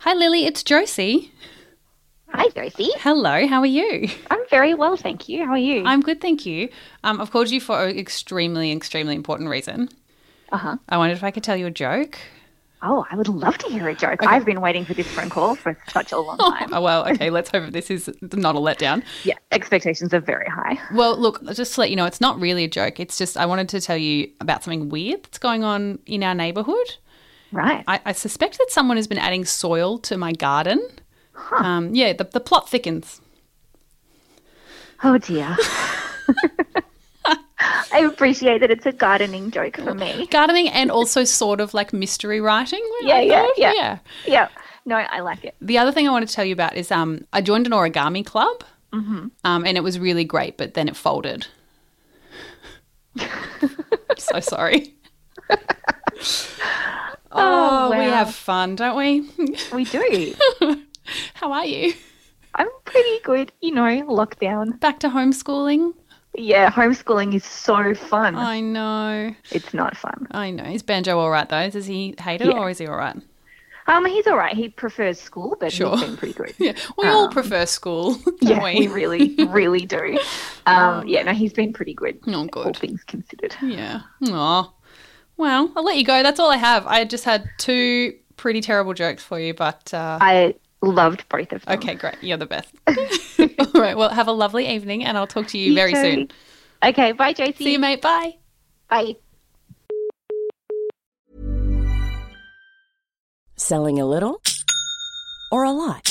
Hi, Lily. It's Josie. Hi, Josie. Hello. How are you? I'm very well, thank you. How are you? I'm good, thank you. Um, I've called you for an extremely, extremely important reason. Uh huh. I wondered if I could tell you a joke. Oh, I would love to hear a joke. I've been waiting for this phone call for such a long time. Oh, well, okay. Let's hope this is not a letdown. yeah, expectations are very high. Well, look, just to let you know, it's not really a joke. It's just I wanted to tell you about something weird that's going on in our neighbourhood. Right. I, I suspect that someone has been adding soil to my garden. Um, yeah, the, the plot thickens. Oh, dear. I appreciate that it's a gardening joke for me. Gardening and also sort of like mystery writing. when Yeah, I yeah, thought. yeah. Yeah. No, I like it. The other thing I want to tell you about is um, I joined an origami club, um, and it was really great, but then it folded. I'm so sorry. oh, we wow. have fun, don't we? We do. How are you? I'm pretty good, you know, lockdown. Back to homeschooling? Yeah, homeschooling is so fun. I know, it's not fun. I know. Is Banjo all right though? Does he hate it Yeah. or is he all right? Um, he's all right. He prefers school, but Sure. he's been pretty good. Yeah, we all prefer school, don't Yeah, we we? really, really do. Um, yeah, no, he's been pretty good. Oh, all good. things considered. Yeah. Aw. Well, I'll let you go. That's all I have. I just had two pretty terrible jokes for you, but uh, I loved both of them. okay, great. You're the best. all right. Well, have a lovely evening, and I'll talk to you, You very too. soon. Okay, bye, JC. See you, mate. Bye. Bye. Selling a little or a lot?